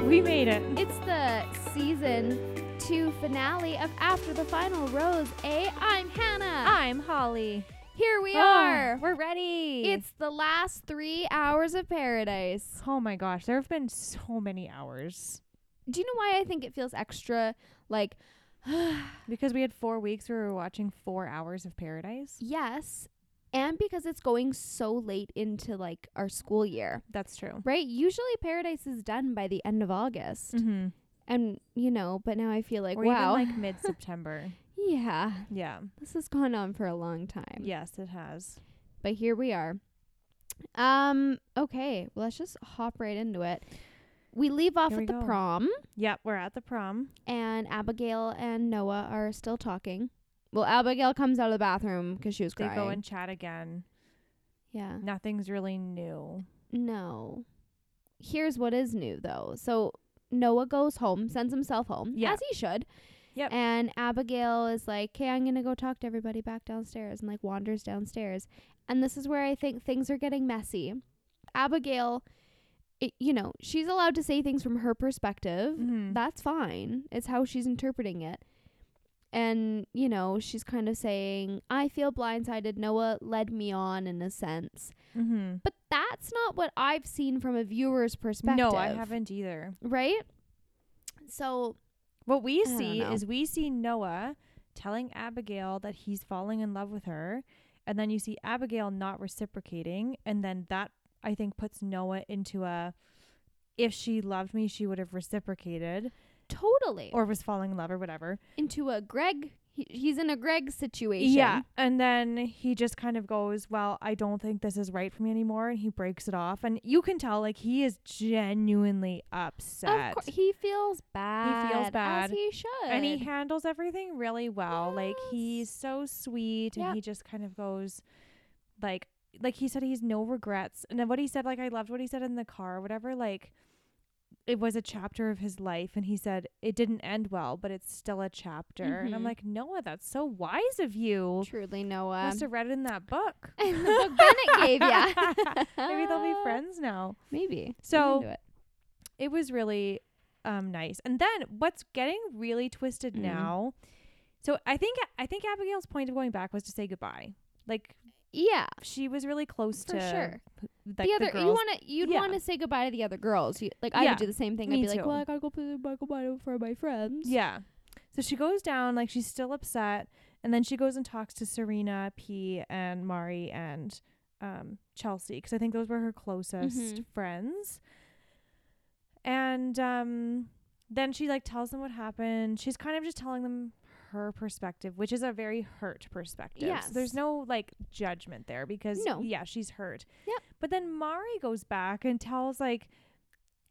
We made it. It's the season two finale of After the Final Rose. A, I'm Hannah. I'm Holly. Here we Oh, are. We're ready. It's the last three hours of paradise. oh my gosh, there have been so many hours Do you know why I think it feels extra like, because we had four weeks. We were watching four hours of Paradise. yes, and because it's going so late into like our school year, That's true. right? Usually paradise is done by the end of August. Mm-hmm. And, you know, but now I feel like, or wow. even like mid September. yeah, yeah. this has gone on for a long time. Yes, it has. but here we are. Um, okay, well, let's just hop right into it. We leave off Here we at the go. prom, Yep, we're at the prom. and Abigail and Noah are still talking. Well, Abigail comes out of the bathroom 'cause she was They crying. go and chat again. yeah. Nothing's really new. No. Here's what is new, though. So Noah goes home, sends himself home, Yeah. as he should. Yep. And Abigail is like, "Okay, I'm gonna go talk to everybody back downstairs," and like wanders downstairs. And this is where I think things are getting messy. Abigail, it, you know, she's allowed to say things from her perspective. Mhm. That's fine. It's how she's interpreting it. And, you know, she's kind of saying, I feel blindsided. Noah led me on in a sense. Mhm. But that's not what I've seen from a viewer's perspective. No, I haven't either. Right? So, What we don't see know. is we see Noah telling Abigail that he's falling in love with her, and then you see Abigail not reciprocating, and then that I think puts Noah into a if she loved me, she would have reciprocated totally. or was falling in love or whatever. into a Greg, he, he's in a Greg situation. And then he just kind of goes, Well, I don't think this is right for me anymore. And he breaks it off. And you can tell, like, he is genuinely upset. Of course, he feels bad. bad. As he should. and he handles everything really well like he's Yes. so sweet and Yep. he just kind of goes like like he said he has no regrets and then what he said like i loved what he said in the car or whatever like it was a chapter of his life and he said it didn't end well but it's still a chapter and i'm Mhm. like noah that's so wise of you Truly, Noah. must have read it in that book and Um, the book Bennett gave ya. maybe they'll be friends now Maybe. So- I'm into it. it was really um nice. And then what's getting really twisted Mm. now. So I think I think Abigail's point of going back was to say goodbye. Like yeah, she was really close for to sure. like, the other, you girls. want to, you'd Yeah. want to say goodbye to the other girls. You, like I Yeah, would do the same thing. I'd me be like, too. well, I gotta go play Michael Bino for my friends. yeah. So she goes down like she's still upset and then she goes and talks to Serena, P and Mari and um Chelsea cuz I think those were her closest Mhm. friends. And um then she like tells them what happened. She's kind of just telling them her perspective, which is a very hurt perspective. So there's Yes. no like judgment there because No. yeah, she's hurt. Yep. But then Mari goes back and tells like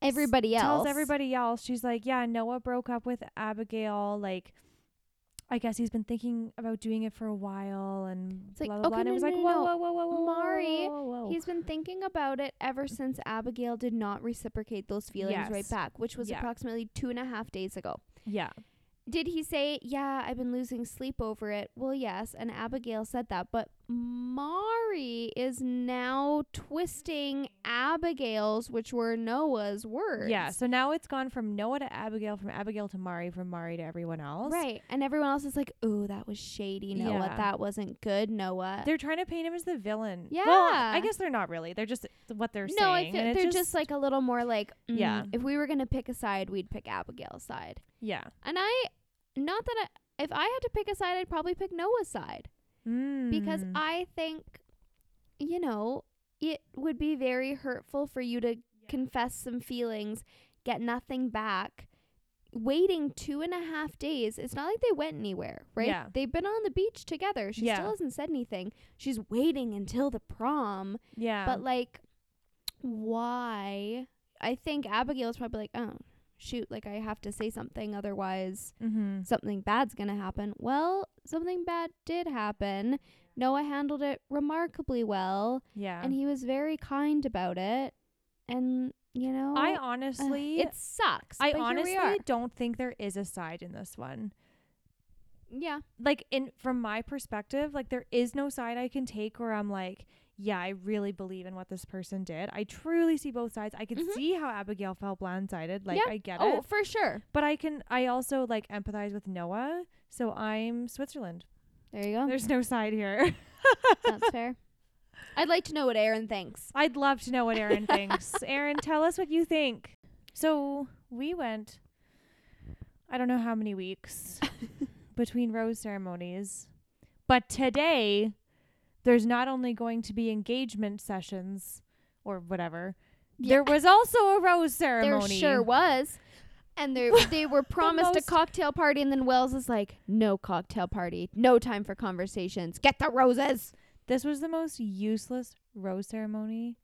Everybody else. tells everybody else she's like yeah noah broke up with abigail like i guess he's been thinking about doing it for a while and It's like, blah blah blah okay, and it no, was like no, whoa, no, whoa whoa whoa whoa whoa, Mari, whoa, whoa, whoa. He's been thinking about it ever since Abigail did not reciprocate those feelings right Yes. back, which was Yeah. approximately two and a half days ago. yeah Did he say, Yeah, I've been losing sleep over it? Well, yes. And Abigail said that. But Mari is now twisting Abigail's, which were Noah's words. yeah so now it's gone from noah to abigail from abigail to mari from mari to everyone else Right. And everyone else is like, Oh, that was shady, Noah. Yeah. That wasn't good, Noah. they're trying to paint him as the villain well, i Yeah. guess they're not really they're just uh, what they're no, I saying feel and it they're just, like a little more like, mm, Yeah. If we were going to pick a side, we'd pick Abigail's side. yeah And I, not that I, if I had to pick a side, I'd probably pick Noah's side. because Mm. I think, you know, it would be very hurtful for you to confess some feelings, get nothing back. Waiting two and a half days, it's not like they went anywhere, right? Yeah. They've been on the beach together. She Yeah. still hasn't said anything. She's waiting until the prom. yeah But, like, why? I think Abigail's probably like, oh, shoot, like, I have to say something, otherwise, mm-hmm. something bad's going to happen. Well, something bad did happen. Noah handled it remarkably well, yeah and he was very kind about it. And, you know, i ugh, honestly it sucks. I but here we honestly are. don't think there is a side in this one. Yeah. like in from my perspective, like there is no side I can take where I'm like, yeah, I really believe in what this person did. I truly see both sides. I can Mhm. see how Abigail felt blindsided. Like Yeah. I get Oh, it. for sure. But I can I also like empathize with Noah. So I'm Switzerland. There you go. There's no side here. Oh. That's fair. I'd like to know what Aaron thinks. I'd love to know what Aaron thinks. Aaron, tell us what you think. So we went I don't know how many weeks between rose ceremonies. But today there's not only going to be engagement sessions or whatever. There was also a rose There ceremony. sure was. And they they were promised most- a cocktail party, and then Wells is like, "No cocktail party, no time for conversations. Get the roses." This was the most useless rose ceremony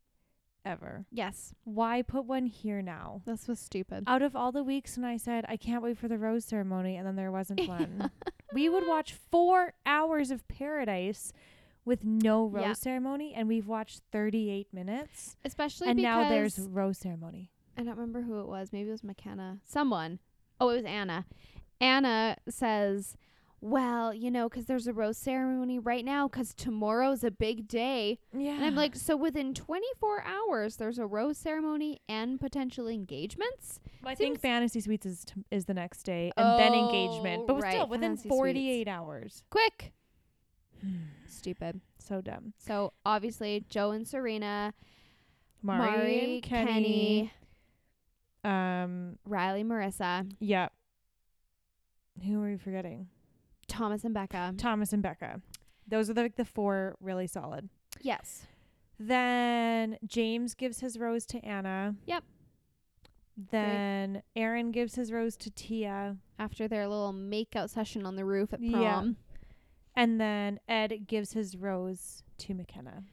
ever. Yes, Why put one here now? this was stupid. out of all the weeks when I said I can't wait for the rose ceremony and then there wasn't one. we would watch 4 hours of paradise with no rose Yeah. ceremony and we've watched 38 minutes Especially and because now there's rose ceremony. I don't remember who it was. Maybe it was McKenna. Someone. Oh, it was Anna. Anna says, "Well, you know, 'cause there's a rose ceremony right now, 'cause tomorrow's a big day." Yeah. And I'm like, "So within 24 hours, there's a rose ceremony and potential engagements?" I think seems- fantasy suites is t- is the next day and then engagement, Oh, but we're still right, within Fantasy 48 hours. Quick. Stupid. So dumb. So obviously, Joe and Serena, Mari, Mari, Kenny, um Riley, Marissa, yeah. Who are we forgetting? Thomas, and Becca. Thomas and Becca. Those are the, like the four really solid. Yes. Then James gives his rose to Anna. Yep. Then Aaron gives his rose to Tia. After their little makeout session on the roof at Yeah. prom. And then Ed gives his rose to McKenna.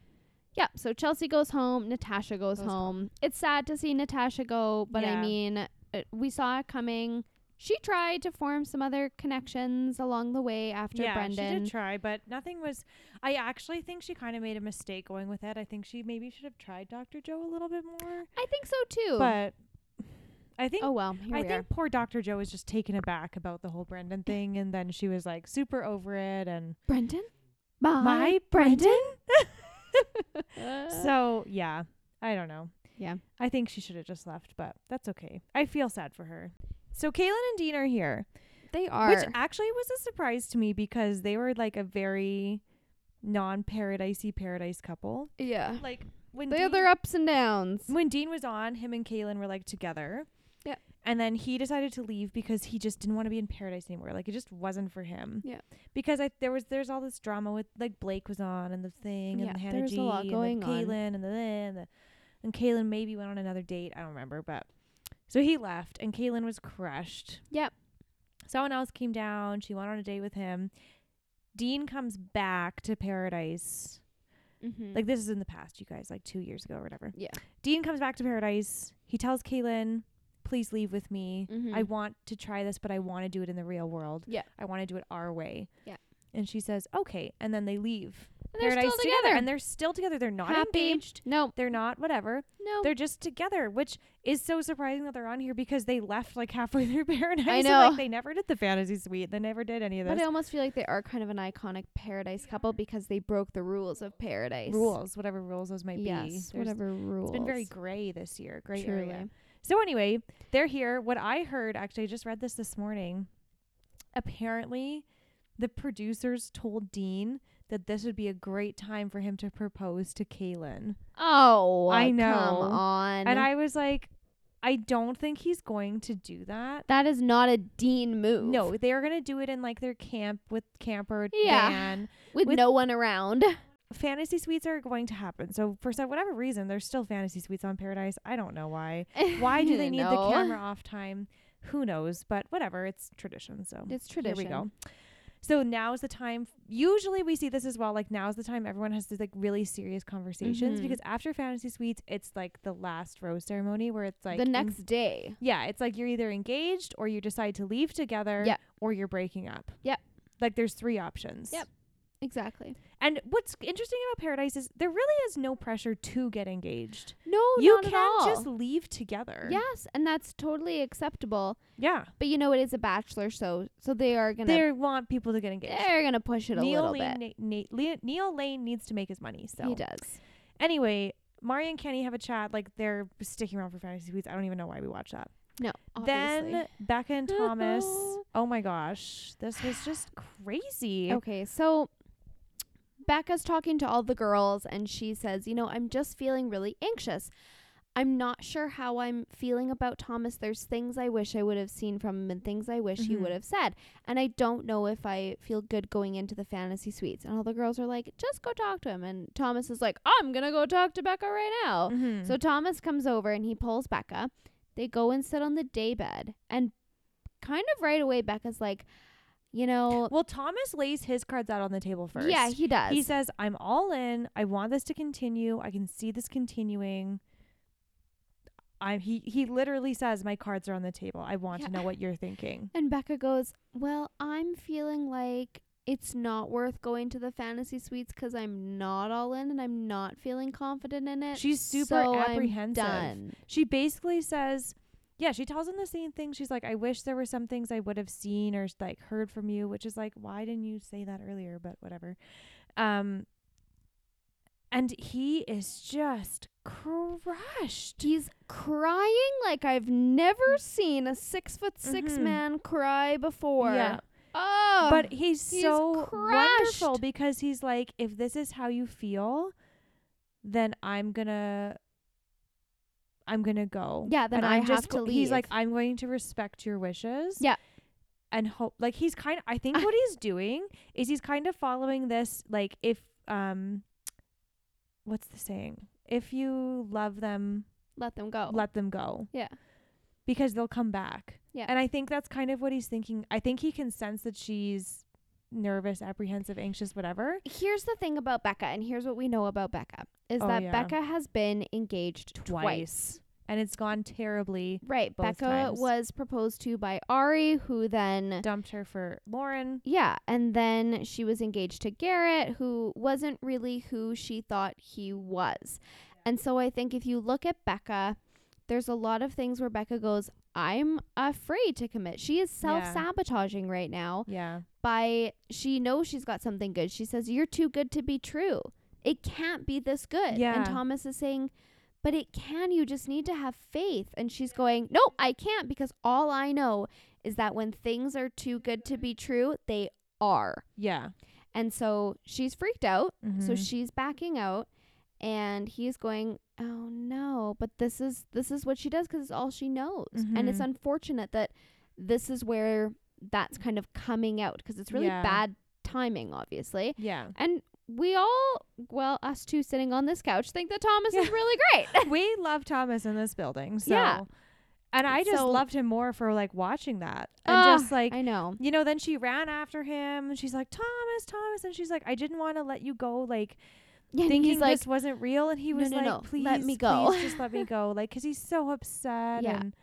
Yeah, so Chelsea goes home, Natasha goes, Goes home. It's sad to see Natasha go, but Yeah. I mean, uh, we saw it coming. She tried to form some other connections along the way after yeah, she Brendan. did try, but nothing was. I actually think she kind of made a mistake going with Ed. I think she maybe should have tried Dr. Joe a little bit more. I think so too. But I think oh well, here I we think poor Dr. Joe was just taken aback about the whole Brendan thing, and then she was like super over it and are. Brendan, my, my Brendan. Uh, So yeah, I don't know. Yeah. I think she should have just left, but that's okay. I feel sad for her. So Kaylin and Dean are here, they are. which actually was a surprise to me because they were like a very non-paradisey paradise couple. yeah, Like when they Dean, have their ups and downs. when Dean was on, him and Kaylin were like together. Yeah. And then he decided to leave because he just didn't want to be in paradise anymore. Like it just wasn't for him. Yeah. Because I there was there's all this drama with like Blake was on and the thing Yeah, and Hannah there was G a lot going and on. then Kaylin and the and the and Kaylin maybe went on another date. I don't remember, but so he left and Kaylin was crushed. Yep. Someone else came down. She went on a date with him. Dean comes back to paradise Mm-hmm. like this is in the past, you guys, like two years ago or whatever. Yeah. Dean comes back to paradise. He tells Kaylin, please leave with me. Mhm. I want to try this, but I want to do it in the real world. Yeah. I want to do it our way. Yeah. And she says, okay. And then they leave and they're still together. And they're still together. They're not Happy. Oh. engaged. no, They're not whatever. no. They're just together, which is so surprising that they're on here because they left like halfway through paradise. I and, know. like they never did the fantasy suite. They never did any of But I this. almost feel like they are kind of an iconic paradise couple because they broke the rules of paradise. Rules, whatever rules those might be. Yes, There's- whatever rules. It's been very gray this year. Gray area. Truly. So anyway, they're here. What I heard, actually, I just read this this morning. Apparently, the producers told Dean that this would be a great time for him to propose to Kaylin, Oh, I Come know. on. and I was like, I don't think he's going to do that. that is not a dean move. No, they are gonna do it in like their camp with camper Yeah. van. with, with- no one around. Fantasy suites are going to happen. So for some whatever reason, there's still fantasy suites on Paradise. I don't know why. Why do they need the No. camera off time? Who knows? But whatever, it's tradition. So It's tradition. There we go. So now is the time. Usually we see this as well. Like now is the time everyone has these like really serious conversations Mhm. because after fantasy suites, it's like the last rose ceremony where it's like the en- next day. yeah, it's like you're either engaged or you decide to leave together. Yeah. Or you're breaking up. Yep. Like there's three options. Yep. Exactly. And what's interesting about Paradise is there really is no pressure to get engaged. No, you Oh, not can at all. just leave together. Yes, and that's totally acceptable. Yeah. But you know it is a bachelor, so so they are gonna They want people to get engaged. they're gonna push it a Neil little Lane, bit. ne- ne- Le- Neil Lane needs to make his money. So He does. anyway, Mari and Kenny have a chat. Like they're sticking around for fantasy suites. I don't even know why we watch that. No. Obviously. Then Becca and Thomas. oh my gosh, this was just crazy. Okay, so Becca's talking to all the girls and she says, You know, I'm just feeling really anxious. I'm not sure how I'm feeling about Thomas. There's things I wish I would have seen from him and things I wish he Mhm. would have said. And I don't know if I feel good going into the fantasy suites. And all the girls are like, Just go talk to him. And Thomas is like, I'm going to go talk to Becca right now. Mhm. So Thomas comes over and he pulls Becca. They go and sit on the daybed. And kind of right away, Becca's like, You know, well, Thomas lays his cards out on the table first. yeah, he does. He says, I'm all in. I want this to continue. I can see this continuing. I he he literally says, My cards are on the table. I want to Yeah. know what you're thinking. and Becca goes, Well, I'm feeling like it's not worth going to the fantasy suites because I'm not all in and I'm not feeling confident in it. She's super so I'm apprehensive. done. She basically says, Yeah, she tells him the same thing. She's like, I wish there were some things I would have seen or like heard from you, which is like, why didn't you say that earlier? But whatever. Um and he is just crushed. He's crying like I've never seen a six foot 6 Mhm. man cry before. Yeah. Oh, but he's, he's so wonderful crushed. because he's like, if this is how you feel, then I'm gonna, I'm gonna go. Yeah, then And I I'm just have to go- He's like, leave. I'm going to respect your wishes. Yeah. and hope. Like he's kind of. I think what he's doing is he's kind of following this. Like if um, what's the saying? If you love them, let them go. let them go yeah. because they'll come back. Yeah. And I think that's kind of what he's thinking. I think he can sense that she's nervous, apprehensive, anxious, whatever. Here's the thing about Becca, and here's what we know about Becca is Oh, that yeah. Becca has been engaged Twice. twice. And it's gone terribly. Right. both Becca times. was proposed to by Ari, who then. Dumped her for Lauren. Yeah. And then she was engaged to Garrett, who wasn't really who she thought he was. And so I think if you look at Becca, there's a lot of things where Becca goes, I'm afraid to commit. She is self Yeah. sabotaging right now Yeah. by she knows she's got something good. She says, You're too good to be true. It can't be this good. Yeah. And Thomas is saying, But it can. You just need to have faith. And she's going, No, I can't because all I know is that when things are too good to be true, they are. Yeah. And so she's freaked out. So Mhm. she's backing out and he's going, "Oh no, but this is this is what she does cuz it's all she knows." And it's Mhm. unfortunate that this is where that's kind of coming out cuz it's really Yeah. bad timing obviously. Yeah. And we all, well, us two sitting on this couch think that Thomas is Yeah. really great. we love Thomas in this building. So. Yeah. And I just So- loved him more for like watching that. And Ah, just like, I know. you know, then she ran after him. and She's like, Thomas, Thomas. And she's like, I didn't want to let you go. Like, Yeah, and thinking he's like this wasn't real, and he "No, was no, like, no, "Please, let me go." please just let me go," like because he's so upset. Yeah. And,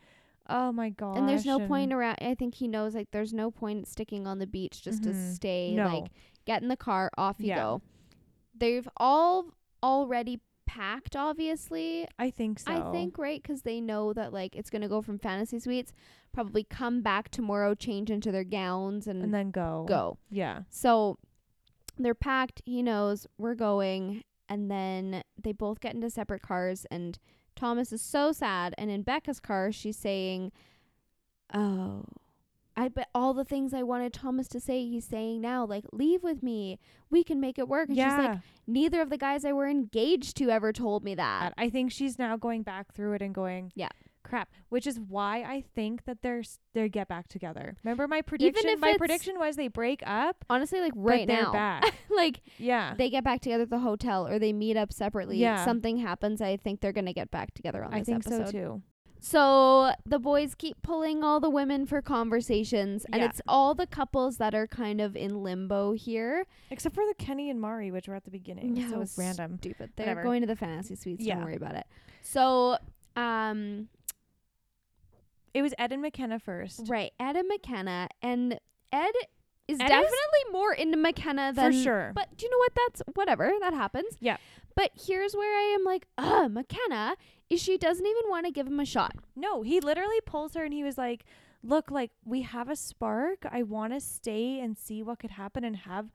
oh my god. and there's no point around I think he knows like there's no point sticking on the beach just Mhm. to stay No. like get in the car off you Yeah. go they've all already packed obviously I think so. i think right because they know that like it's going to go from fantasy suites probably come back tomorrow change into their gowns and, and then go. go Yeah. so they're packed he knows we're going and then they both get into separate cars and thomas is so sad and in becca's car she's saying oh I bet all the things I wanted Thomas to say, he's saying now, like, leave with me. We can make it work. And she's like, yeah. neither of the guys I were engaged to ever told me that. I think she's now going back through it and going. Yeah. Crap. Which is why I think that they're s- they get back together. Remember my prediction. if my it's- prediction was they break up. Honestly, like but right they're now, back. like yeah. they get back together at the hotel or they meet up separately. Yeah. Something happens. I think they're gonna get back together on I this think episode. so too. So the boys keep pulling all the women for conversations, and Yeah. it's all the couples that are kind of in limbo here. Except for the Kenny and Mari, which were at the beginning. Yeah, it so was random. Stupid. They're Whatever. going to the fantasy suites. Yeah. Don't worry about it. So, um, It was Ed and McKenna first. right, Ed and McKenna, and Ed is Ed is- definitely more into McKenna for than sure. But do you know what? That's whatever. That happens. Yeah. But here's where I am like, ugh, McKenna is she doesn't even want to give him a shot. No, he literally pulls her and he was like, Look, like we have a spark. I want to stay and see what could happen and have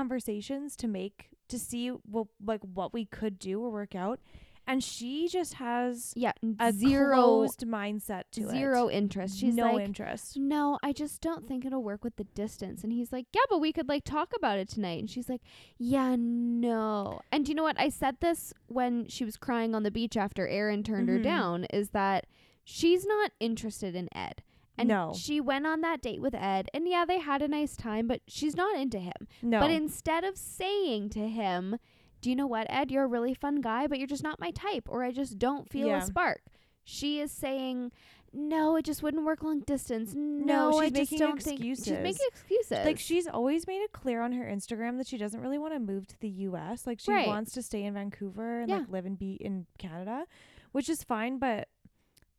conversations to make to see what like what we could do or work out. And she just has Yeah. a zero closed mindset to zero it. interest. She's no like interest. no, I just don't think it'll work with the distance. And he's like, Yeah, but we could like talk about it tonight. And she's like, Yeah, no. And do you know what? I said this when she was crying on the beach after Aaron turned her Mhm. down is that she's not interested in Ed. And No. she went on that date with Ed. And yeah, they had a nice time, but she's not into him. No. But instead of saying to him, Do you know what, Ed? You're a really fun guy, but you're just not my type, or I just don't feel Yeah. a spark. She is saying, No, it just wouldn't work long distance. No, No, she's I just making don't think she's excuses. making excuses. like she's always made it clear on her Instagram that she doesn't really want to move to the US. Like she Right. wants to stay in Vancouver and Yeah. like live and be in Canada, which is fine, but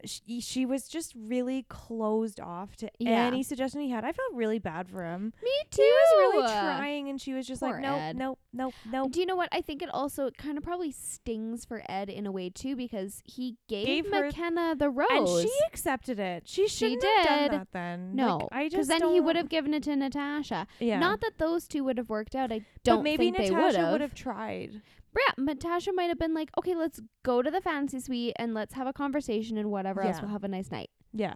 she, she was just really closed off to Yeah. any suggestion he had. I felt really bad for him. Me too. He was really trying and she was just Poor like, nope, Ed. nope, nope, nope. Do you know what? I think it also it kind of probably stings for Ed in a way too because he gave, Gave her- McKenna the rose. And she accepted it. She shouldn't have did. done that then. no, Like, I because just then he don't- would have given it to Natasha. yeah. Not that those two would have worked out. I don't but maybe think they Natasha would would have. have tried. Yeah, Natasha might have been like, okay, let's go to the fantasy suite and let's have a conversation and whatever else. Yeah. We'll have a nice night. Yeah.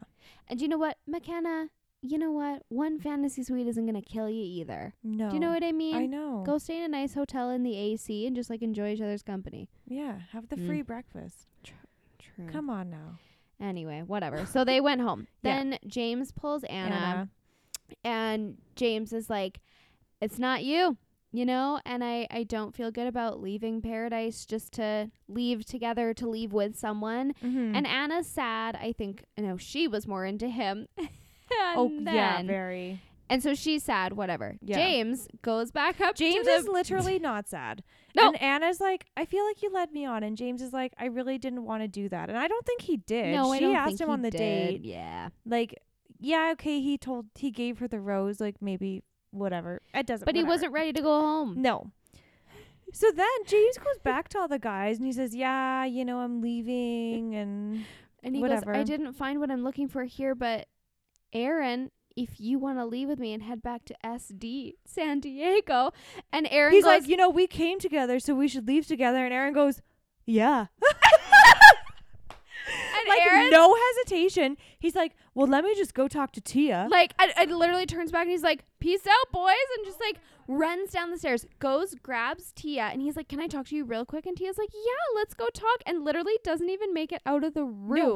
And you know what, McKenna? You know what? One fantasy suite isn't going to kill you either. No. Do you know what I mean? I know. Go stay in a nice hotel in the AC and just like enjoy each other's company. Yeah, have the Mm. free breakfast. True. Come on now. Anyway, whatever. So they went home. Yeah. Then James pulls Anna, and James is like, it's not you. You know, and I, I don't feel good about leaving paradise just to leave together, to leave with someone. Mhm. And Anna's sad. I think you know she was more into him. and oh yeah, then- very. And so she's sad. Whatever. Yeah. James goes back up. James to is the, literally not sad. No. And Anna's like, I feel like you led me on, and James is like, I really didn't want to do that, and I don't think he did. no. she I don't asked think him he on the did. date, Yeah. like, yeah, okay, he told he gave her the rose, like maybe whatever. It doesn't. But he whatever. wasn't ready to go home. No. So then James goes back to all the guys and he says, "Yeah, you know, I'm leaving." And And he Whatever. goes. I didn't find what I'm looking for here, but Aaron. If you want to leave with me and head back to SD San Diego, and Aaron he's goes, like, "You know, we came together, so we should leave together." And Aaron goes, "Yeah." and like Aaron, no hesitation. He's like, "Well, let me just go talk to Tia." Like, I, I literally turns back and he's like, "Peace out, boys," and just like runs down the stairs, goes grabs Tia, and he's like, "Can I talk to you real quick?" And Tia's like, "Yeah, let's go talk," and literally doesn't even make it out of the room.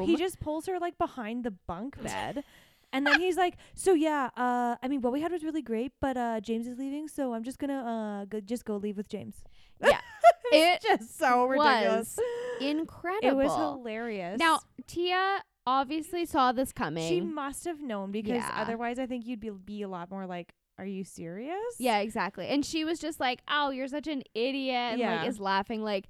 No, he just pulls her like behind the bunk bed. And then he's like, "So yeah, uh, I mean, what we had was really great, but uh, James is leaving, so I'm just gonna uh, go, just go leave with James." Yeah. it's It just so ridiculous. incredible. It was hilarious. Now Tia obviously saw this coming. she must have known because Yeah. otherwise, I think you'd be be a lot more like, "Are you serious?" yeah, exactly. And she was just like, "Oh, you're such an idiot," and Yeah. like is laughing like.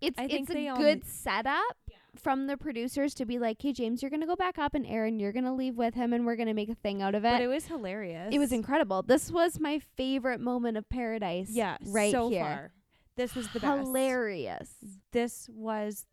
It's, I think it's they um, all a good setup from the producers to be like, hey, James, you're going to go back up and Aaron, you're going to leave with him and we're going to make a thing out of it. but it was hilarious. It was incredible. This was my favorite moment of paradise. yeah, right so here. far. This was the best. Hilarious. this was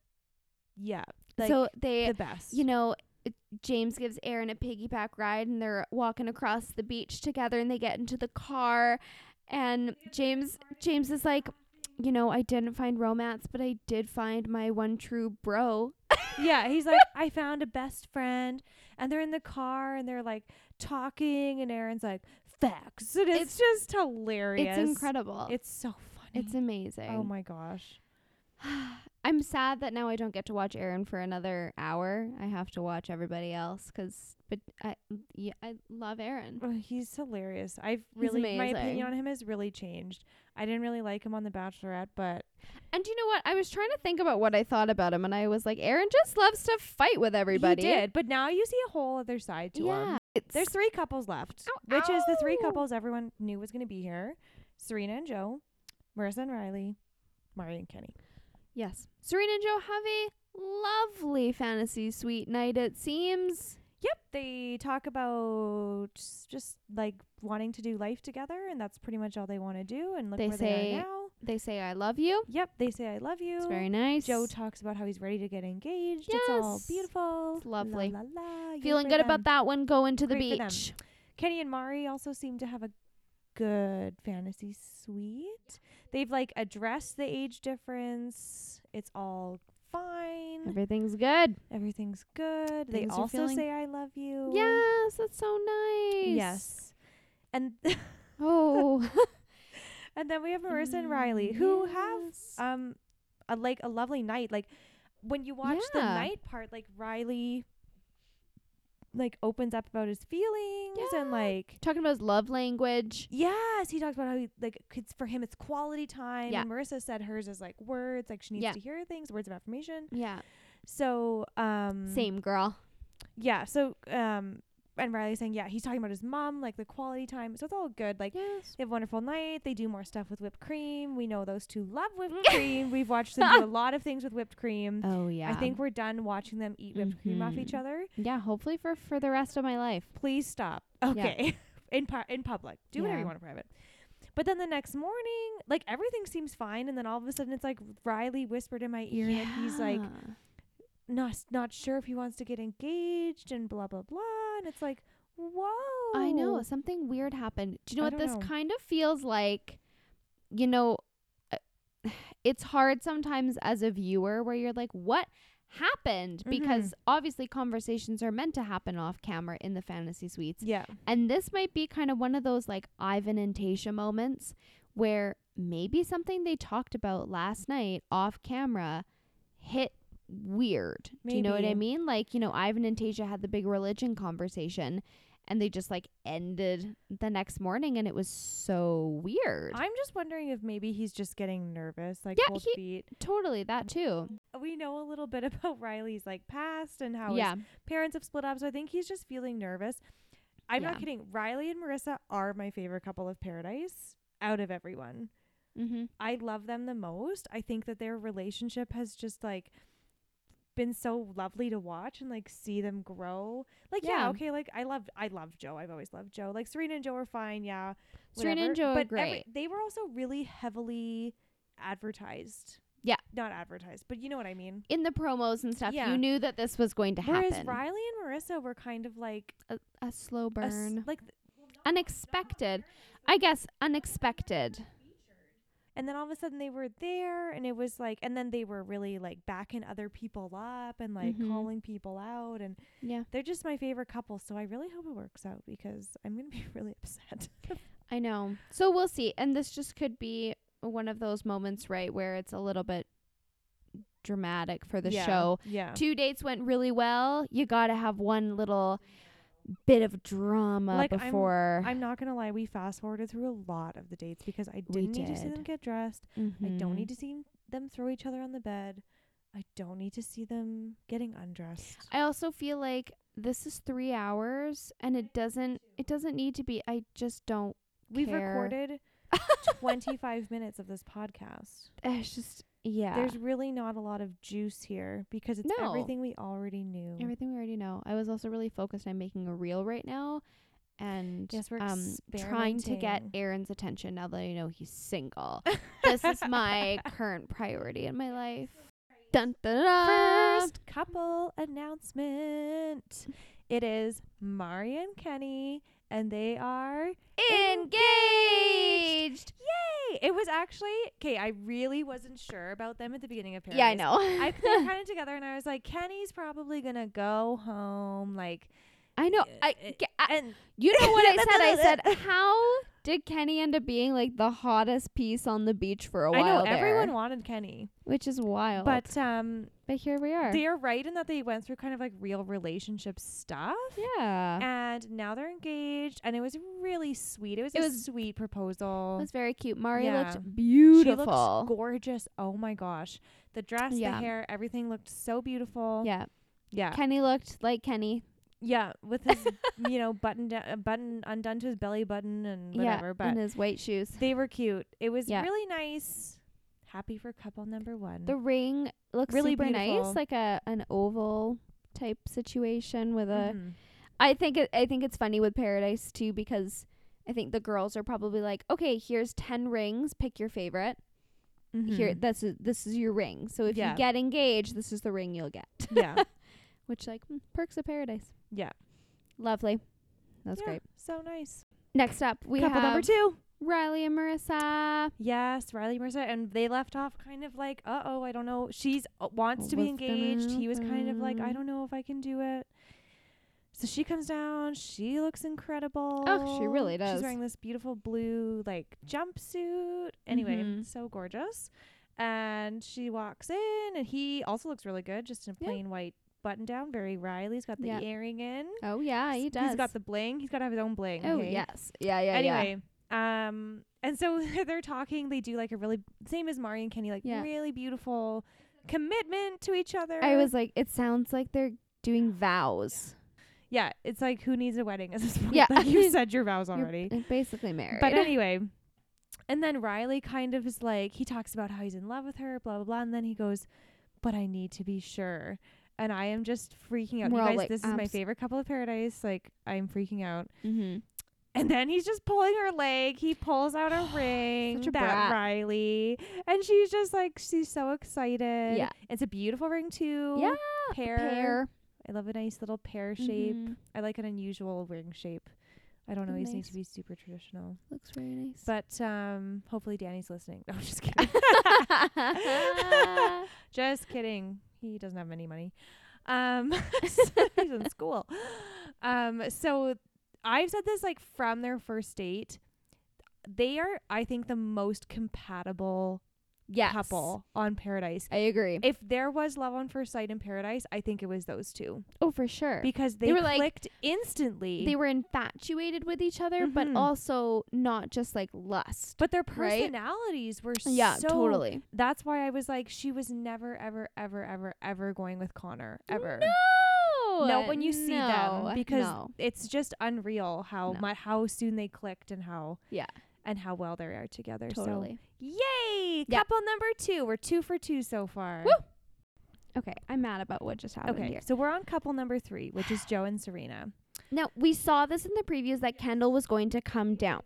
yeah like so they, the best you know, it- James gives Aaron a piggyback ride, and they're walking across the beach together, and they get into the car, and James, James is like, you know, I didn't find romance, but I did find my one true bro. yeah he's like i found a best friend and they're in the car and they're like talking and aaron's like facts and it's, just hilarious It's incredible. It's, it's so funny amazing. oh my gosh I'm sad that now I don't get to watch Aaron for another hour. I have to watch everybody else 'cause but I, yeah, I love Aaron. oh, he's hilarious i've really my amazing. opinion on him has really changed i didn't really like him on the bachelorette but And you know what? I was trying to think about what I thought about him, and I was like, Aaron just loves to fight with everybody. he did but now you see a whole other side to him Yeah. It's, There's three couples left, which is the three ow. couples everyone knew was going to be here Serena and Joe, Marissa and Riley, Mari and Kenny. yes. Serena and Joe have a lovely fantasy suite night. It seems Yep, they talk about just like wanting to do life together, and that's pretty much all they want to do. And look They where say- they are now. They say I love you. Yep, they say I love you. It's very nice. Joe talks about how he's ready to get engaged. It's all Yes. beautiful. It's lovely. La, la, la. Yay feeling for good about them. that one. Going to the Great for them. beach. Kenny and Mari also seem to have a good fantasy suite. They've like addressed the age difference. It's all fine. Everything's good. Everything's good. they Things are also feeling- say I love you. Yes, that's so nice. Yes. And Oh. and then we have Marissa and Riley who have Mm, Yes. um a, like a lovely night like when you watch the Yeah. night part like riley like opens up about his feelings and Yeah. like talking about his love language. yes he talks about how he like it's for him it's quality time Yeah. and marissa said hers is like words like she needs Yeah. to hear things words of affirmation Yeah. so um Same girl. yeah so um and riley saying yeah he's talking about his mom like the quality time so it's all good like Yes. they have a wonderful night. They do more stuff with whipped cream. We know those two love whipped cream. We've watched them do a lot of things with whipped cream. Oh yeah. I think we're done watching them eat whipped cream off each Mhm. other. yeah. Hopefully for for the rest of my life. Please stop. Okay. in pu- in public. Do whatever Yeah. you want in private. But then the next morning, like everything seems fine and then all of a sudden it's like Riley whispered in my ear that he's like Yeah. not not sure if he wants to get engaged and blah blah blah and it's like whoa. I know something weird happened. Do you know "Oh." I what don't this know. kind of feels like? You know, uh, it's hard sometimes as a viewer where you're like, what happened? Because Mm-hmm. obviously conversations are meant to happen off camera in the fantasy suites. Yeah. And this might be kind of one of those like Ivan and Tasha moments where maybe something they talked about last night off camera hit weird. Do you know what I Maybe. mean? Like, you know, Ivan and Tasha had the big religion conversation and they just like ended the next morning and it was so weird. I'm just wondering if maybe he's just getting nervous, like Yeah, cold he- feet. totally, that too. we know a little bit about Riley's like past and how yeah. his parents have split up. So I think he's just feeling nervous. I'm Yeah. not kidding. Riley and Marissa are my favorite couple of paradise out of everyone. Mm-hmm. I love them the most. I think that their relationship has just like been so lovely to watch and like see them grow. Like yeah, Yeah. okay, like I love I love Joe. I've always loved Joe. Like Serena and Joe are fine, yeah. Serena and whatever. Joe are But every- great. they were also really heavily advertised. Yeah. Not advertised, but you know what I mean. In the promos and stuff, Yeah. you knew that this was going to Whereas happen. Riley and Marissa were kind of like a slow a s- burn. like th- unexpected. I guess unexpected. and then all of a sudden they were there and it was like and then they were really like backing other people up and like Mhm. calling people out and Yeah, they're just my favorite couple so I really hope it works out because I'm going to be really upset. I know. So we'll see. And this just could be one of those moments, right, where it's a little bit dramatic for the Yeah, show. Yeah. Two dates went really well. You got to have one little bit of drama Like, I'm- before. I'm not going to lie, we fast forwarded through a lot of the dates because I We didn't need to see them did. get dressed. I don't Mhm. need to see them throw each other on the bed. I don't need to see them getting undressed. I also feel like this is 3 hours and it doesn't it doesn't need to be. I just don't We've care. recorded 25 minutes of this podcast. It's just yeah. There's really not a lot of juice here because it's No. everything we already knew. Everything we already know. I was also really focused on making a reel right now and Yes, we're um, trying to get experimenting. Aaron's attention now that I know he's single. this is my current priority in my life. Dun, dun, dun. First couple announcement. It is Mari and Kenny, and they are engaged. yay! It was actually okay. I really wasn't sure about them at the beginning of Paris. Yeah, I know. I they're kind of together, and I was like, Kenny's probably gonna go home. Like, I know. I, Uh, ge- I- and you know what I That's said? I not- said, how did Kenny end up being like the hottest piece on the beach for a I while? know there? everyone wanted Kenny, which is wild. but um, but here we are. they are right in that they went through kind of like real relationship stuff. Yeah, And now they're engaged, and it was really sweet. It was It a was- sweet it proposal. was very cute. Mari Yeah. She looked She beautiful. looked gorgeous. Oh my gosh, the dress, Yeah. the hair, everything looked so beautiful. Yeah. yeah, Kenny looked like Kenny. yeah. With his, you know, button da- uh, button undone to his belly button and whatever. yeah. but in his white shoes. they were cute. It was Yeah. really nice. Happy for couple number one. The ring looks Mm. Really super nice, beautiful. like a an oval type situation with a Mhm. I think it, I think it's funny with Paradise too because I think the girls are probably like, okay, here's ten rings, pick your favorite. Here, Mhm. that's this is your ring. So if Yeah. you get engaged, this is the ring you'll get. yeah. Which like mm, perks of paradise. Yeah. Lovely. That's Yeah, great. So nice. Next up, we Couple have number two. Riley and Marissa. Yes, Riley Mercer, and they left off kind of like, uh oh, I don't know. She's uh, wants to be What's gonna engaged. He was kind of like, I happen? don't know if I can do it. So she comes down. She looks incredible. Oh, really She's does. wearing this beautiful blue like jumpsuit. Anyway, Mhm. so gorgeous. And she walks in, and he also looks really good, just in a Yeah. plain white button down. Very Riley's got the Yeah. earring in. Oh yeah, he does. He's got the bling. He's got to have his own bling. Oh okay? yes. Yeah, yeah, yeah. anyway um and so they're talking they do like a really same as mari and kenny like Yeah. really beautiful commitment to each other I was like, it sounds like they're doing vows. yeah it's like who needs a wedding at this point Yeah. like you said your vows You're already b- basically married. but anyway and then riley kind of is like he talks about how he's in love with her blah blah blah and then he goes but i need to be sure and i am just freaking out We're you all guys like, this is my abs- favorite couple of paradise like i'm freaking out mm-hmm. And then he's just pulling her leg. He pulls out a ring, Such a that brat. Riley, and she's just like she's so excited. Yeah. it's a beautiful ring too. Yeah, pear. pair I love a nice little pear shape. Mhm. I like an unusual ring shape. I don't Oh, always need nice. to be super traditional, Looks very nice. but um, hopefully Danny's listening. No, I'm just kidding. just kidding. He doesn't have any money. Um, so he's in school. Um, so I've said this like from their first date. They are, I think, the most compatible yes. couple on Paradise. I agree. If there was love on first sight in Paradise, I think it was those two Oh, for sure. because they, were, like- clicked instantly. they were infatuated with each other, but Mhm. also not just like lust. but their right? personalities were yeah, so totally. That's why I was like, she was never, ever, ever, ever, ever going with Connor ever. No. No, when you see No, them because no. it's just unreal how No. mu how soon they clicked and how Yeah. and how well they are together. totally. So yay! Yeah. Couple number two. We're two for two so far. Woo! Okay, I'm mad about what just happened Okay, here. so we're on couple number three, which is Joe and Serena. Now, we saw this in the previews that Kendall was going to come down.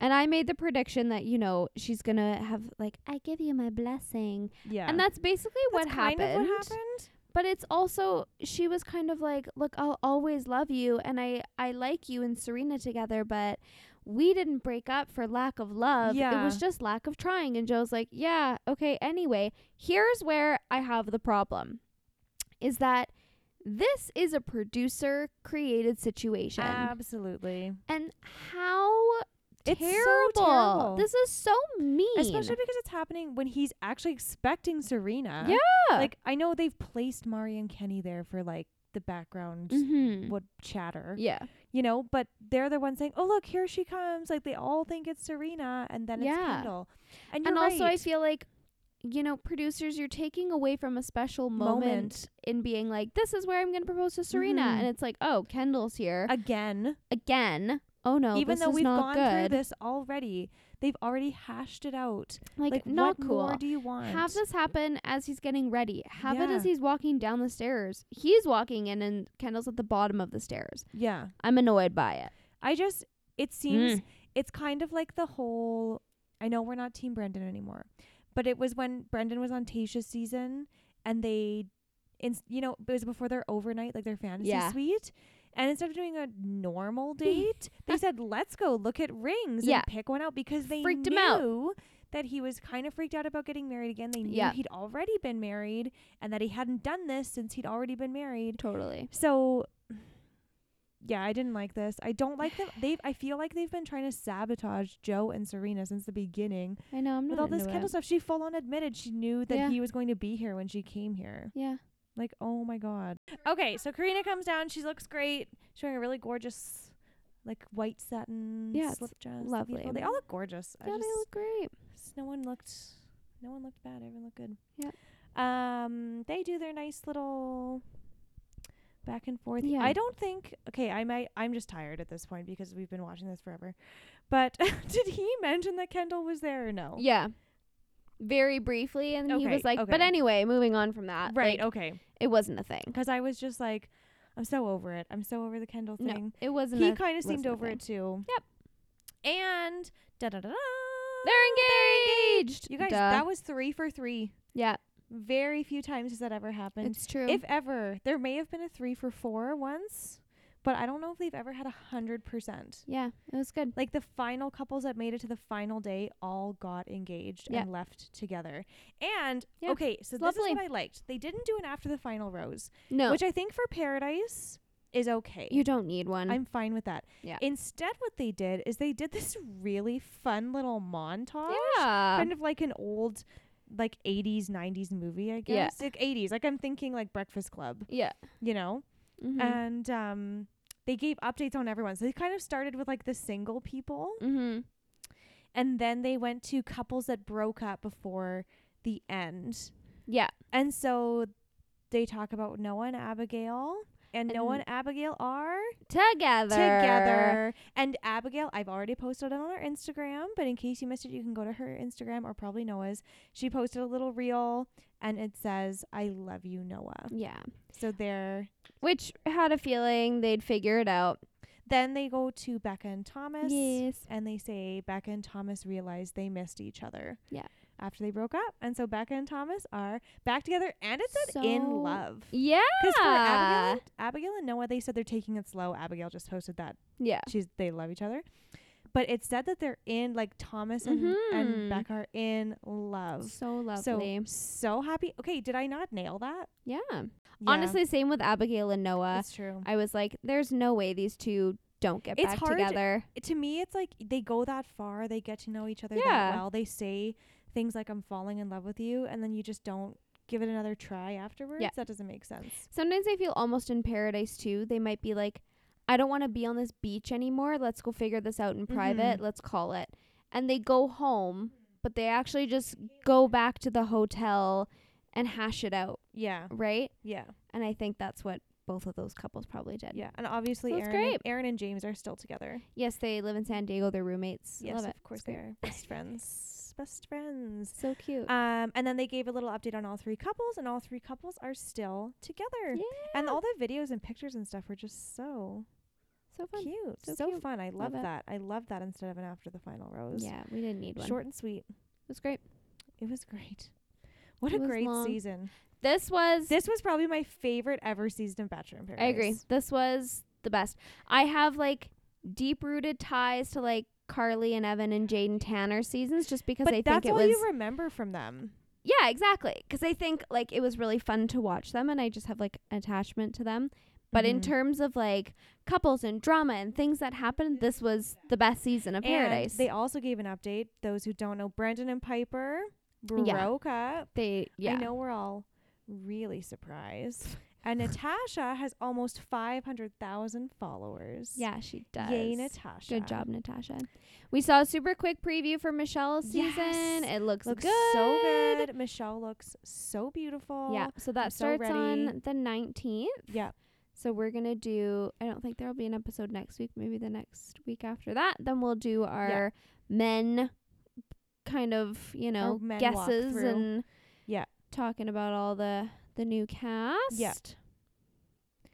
And I made the prediction that, you know, she's going to have, like, I give you my blessing. Yeah, And that's basically That's what, kind happened. Of what happened? But it's also, she was kind of like, look, I'll always love you. And I, I like you and Serena together, but we didn't break up for lack of love. It was Yeah. just lack of trying. And Joe's like, yeah, okay, anyway. Here's where I have the problem is that this is a producer created situation. Absolutely. And how It's so terrible. terrible. This is so mean. Especially because it's happening when he's actually expecting Serena. Yeah. Like I know they've placed Mari and Kenny there for like the background Mhm. what chatter. Yeah. you know, but they're the ones saying, "Oh, look, here she comes!" Like they all think it's Serena, and then it's Yeah. Kendall. And you're And also I right. feel like you know, producers, you're taking away from a special moment, Moment. in being like, this is where I'm going to propose to Serena. Mhm. And it's like, oh, Kendall's here again, again. Oh, no. even this though is we've gone not good. through this already, they've already hashed it out. like, Like, what not cool. more do you want? Have this happen as he's getting ready. Have it Yeah. as he's walking down the stairs. He's walking in, and Kendall's at the bottom of the stairs. yeah, I'm annoyed by it. I just it Mm. seems it's kind of like the whole. I know we're not Team Brendan anymore, but it was when Brendan was on Tasha's season, and they, in, you know, it was before their overnight, like their fantasy Yeah. suite. And instead of doing a normal date, they said, "Let's go look at rings Yeah. and pick one out," because they Freaked knew him out. that he was kind of freaked out about getting married again. They knew Yeah. he'd already been married, and that he hadn't done this since he'd already been married. Totally. So yeah, I didn't like this. I don't like them. They've I feel like they've been trying to sabotage Joe and Serena since the beginning. I know. I'm not With all this into Kendall it. stuff, she full on admitted she knew that Yeah. he was going to be here when she came here. Yeah. Like, oh my god. Okay, so Karina comes down, she looks great. She's wearing a really gorgeous like white satin Yeah, it's slip dress. lovely. beautiful. They all look gorgeous. I yeah, just, they look great. s- no one looked no one looked bad. Everyone looked good. Yep. Um, they do their nice little back and forth. Yeah. I don't think okay, I might I'm just tired at this point because we've been watching this forever. But did he mention that Kendall was there or no? Yeah. Very briefly, and he Oh. Okay, was like, okay. "But anyway, moving on from that, Right, like, okay. it wasn't a thing." Because I was just like I'm so over it. I'm so over the Kendall No. thing. It wasn't. He a- kind of wasn't seemed a over thing. it too. Yep. And da da da da. They're engaged. You guys, Duh. that was three for three. yeah, Very few times has that ever happened. it's true. if ever, there may have been a three for four once, but I don't know if they've ever had a hundred percent. yeah, it was good. Like the final couples that made it to the final day all got engaged Yeah. and left together. And Yeah, okay, so it's this lovely. is what I liked. They didn't do an after the final rose, No, which I think for Paradise is okay. you don't need one. I'm fine with that. Yeah. Instead, what they did is they did this really fun little montage, yeah, kind of like an old, like 80s, 90s movie, I Yeah. guess. Like 80s, like I'm thinking like Breakfast Club, yeah. you know. Mm-hmm. And um, they gave updates on everyone. So they kind of started with like the single people, mm-hmm. and then they went to couples that broke up before the end. Yeah, And so they talk about Noah and Abigail, and Noah And- and Abigail are Mm-hmm. together. together. And Abigail, I've already posted it on her Instagram, but in case you missed it, you can go to her Instagram or probably Noah's. She posted a little reel and it says, I love you, Noah. Yeah, So there. which had a feeling they'd figure it out. Then they go to Becca and Thomas. Yes. And they say Becca and Thomas realized they missed each other. Yeah. After they broke up. And so Becca and Thomas are back together and it said So- in love. Yeah. Because for Abigail, and- Abigail and Noah, they said they're taking it slow. Abigail just posted that Yeah. she's they love each other. But it's said that they're in like Thomas and, Mhm. and Beck are in love. So lovely. So so happy. Okay, did I not nail that? yeah. Yeah, Honestly, same with Abigail and Noah. it's true. I was like, there's no way these two don't get It's back hard to- together. to me, it's like they go that far. They get to know each other Yeah. that well. They say things like "I'm falling in love with you," and then you just don't give it another try afterwards. That doesn't make sense. Sometimes I feel almost in paradise too. They might be like, I don't want to be on this beach anymore. Let's go figure this out in Mm-hmm. private. Let's call it. And they go home, but they actually just go back to the hotel and hash it out, Yeah, right? yeah, And I think that's what both of those couples probably did. yeah. And obviously, That's Aaron, great. And, Aaron and James are still together. Yes, they live in San Diego. They're roommates. Yes, Love it. of course It's they great. are best friends. Best friends. So cute. Um, and then they gave a little update on all three couples, and all three couples are still together. And Yeah. all the videos and pictures and stuff were just so so fun. cute, So so, cute. fun. I love it. that. I love that instead of an after the final rose. Yeah, we didn't need one. short and sweet. It was great. It was great. What It a was great long. season! This was This was probably my favorite ever season of Bachelor in Paradise. I agree. This was the best. I have like deep rooted ties to like Carly and Evan and Jaden Tanner seasons just because But I think that's it all was you remember from them. Yeah, exactly. Cuz I think like it was really fun to watch them and I just have like an attachment to them. But in Mhm. terms of like couples and drama and things that happened, this was the best season of Paradise. And they also gave an update. Those who don't know, Brandon and Piper broke Yeah. up. They- yeah. I know we're all really surprised. And Natasha has almost 500,000 followers. Yeah, she does. Yay, Natasha. Good job, Natasha. We saw a super quick preview for Michelle's season. Yes. It looks, Looks good. so good. Michelle looks so beautiful. Yeah, so that I'm so starts on ready. the 19th. Yeah. So we're going to do, I don't think there'll be an episode next week, maybe the next week after that. Then we'll do our men kind of, you know, men guesses walkthrough. and Yeah. talking about all the the new cast. Yeah.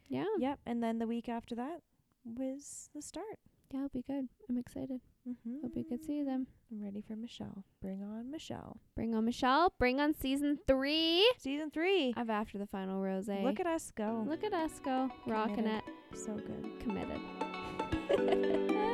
Yeah, Yep. And then the week after that was the start. it'll be good. I'm excited. Mm-hmm. Hope you could see them. I'm ready for Michelle. Bring on Michelle. Bring on Michelle. Bring on season three Season three. of After the Final Rose. Look at us go. Look at us go. Rocking it. So good. Committed.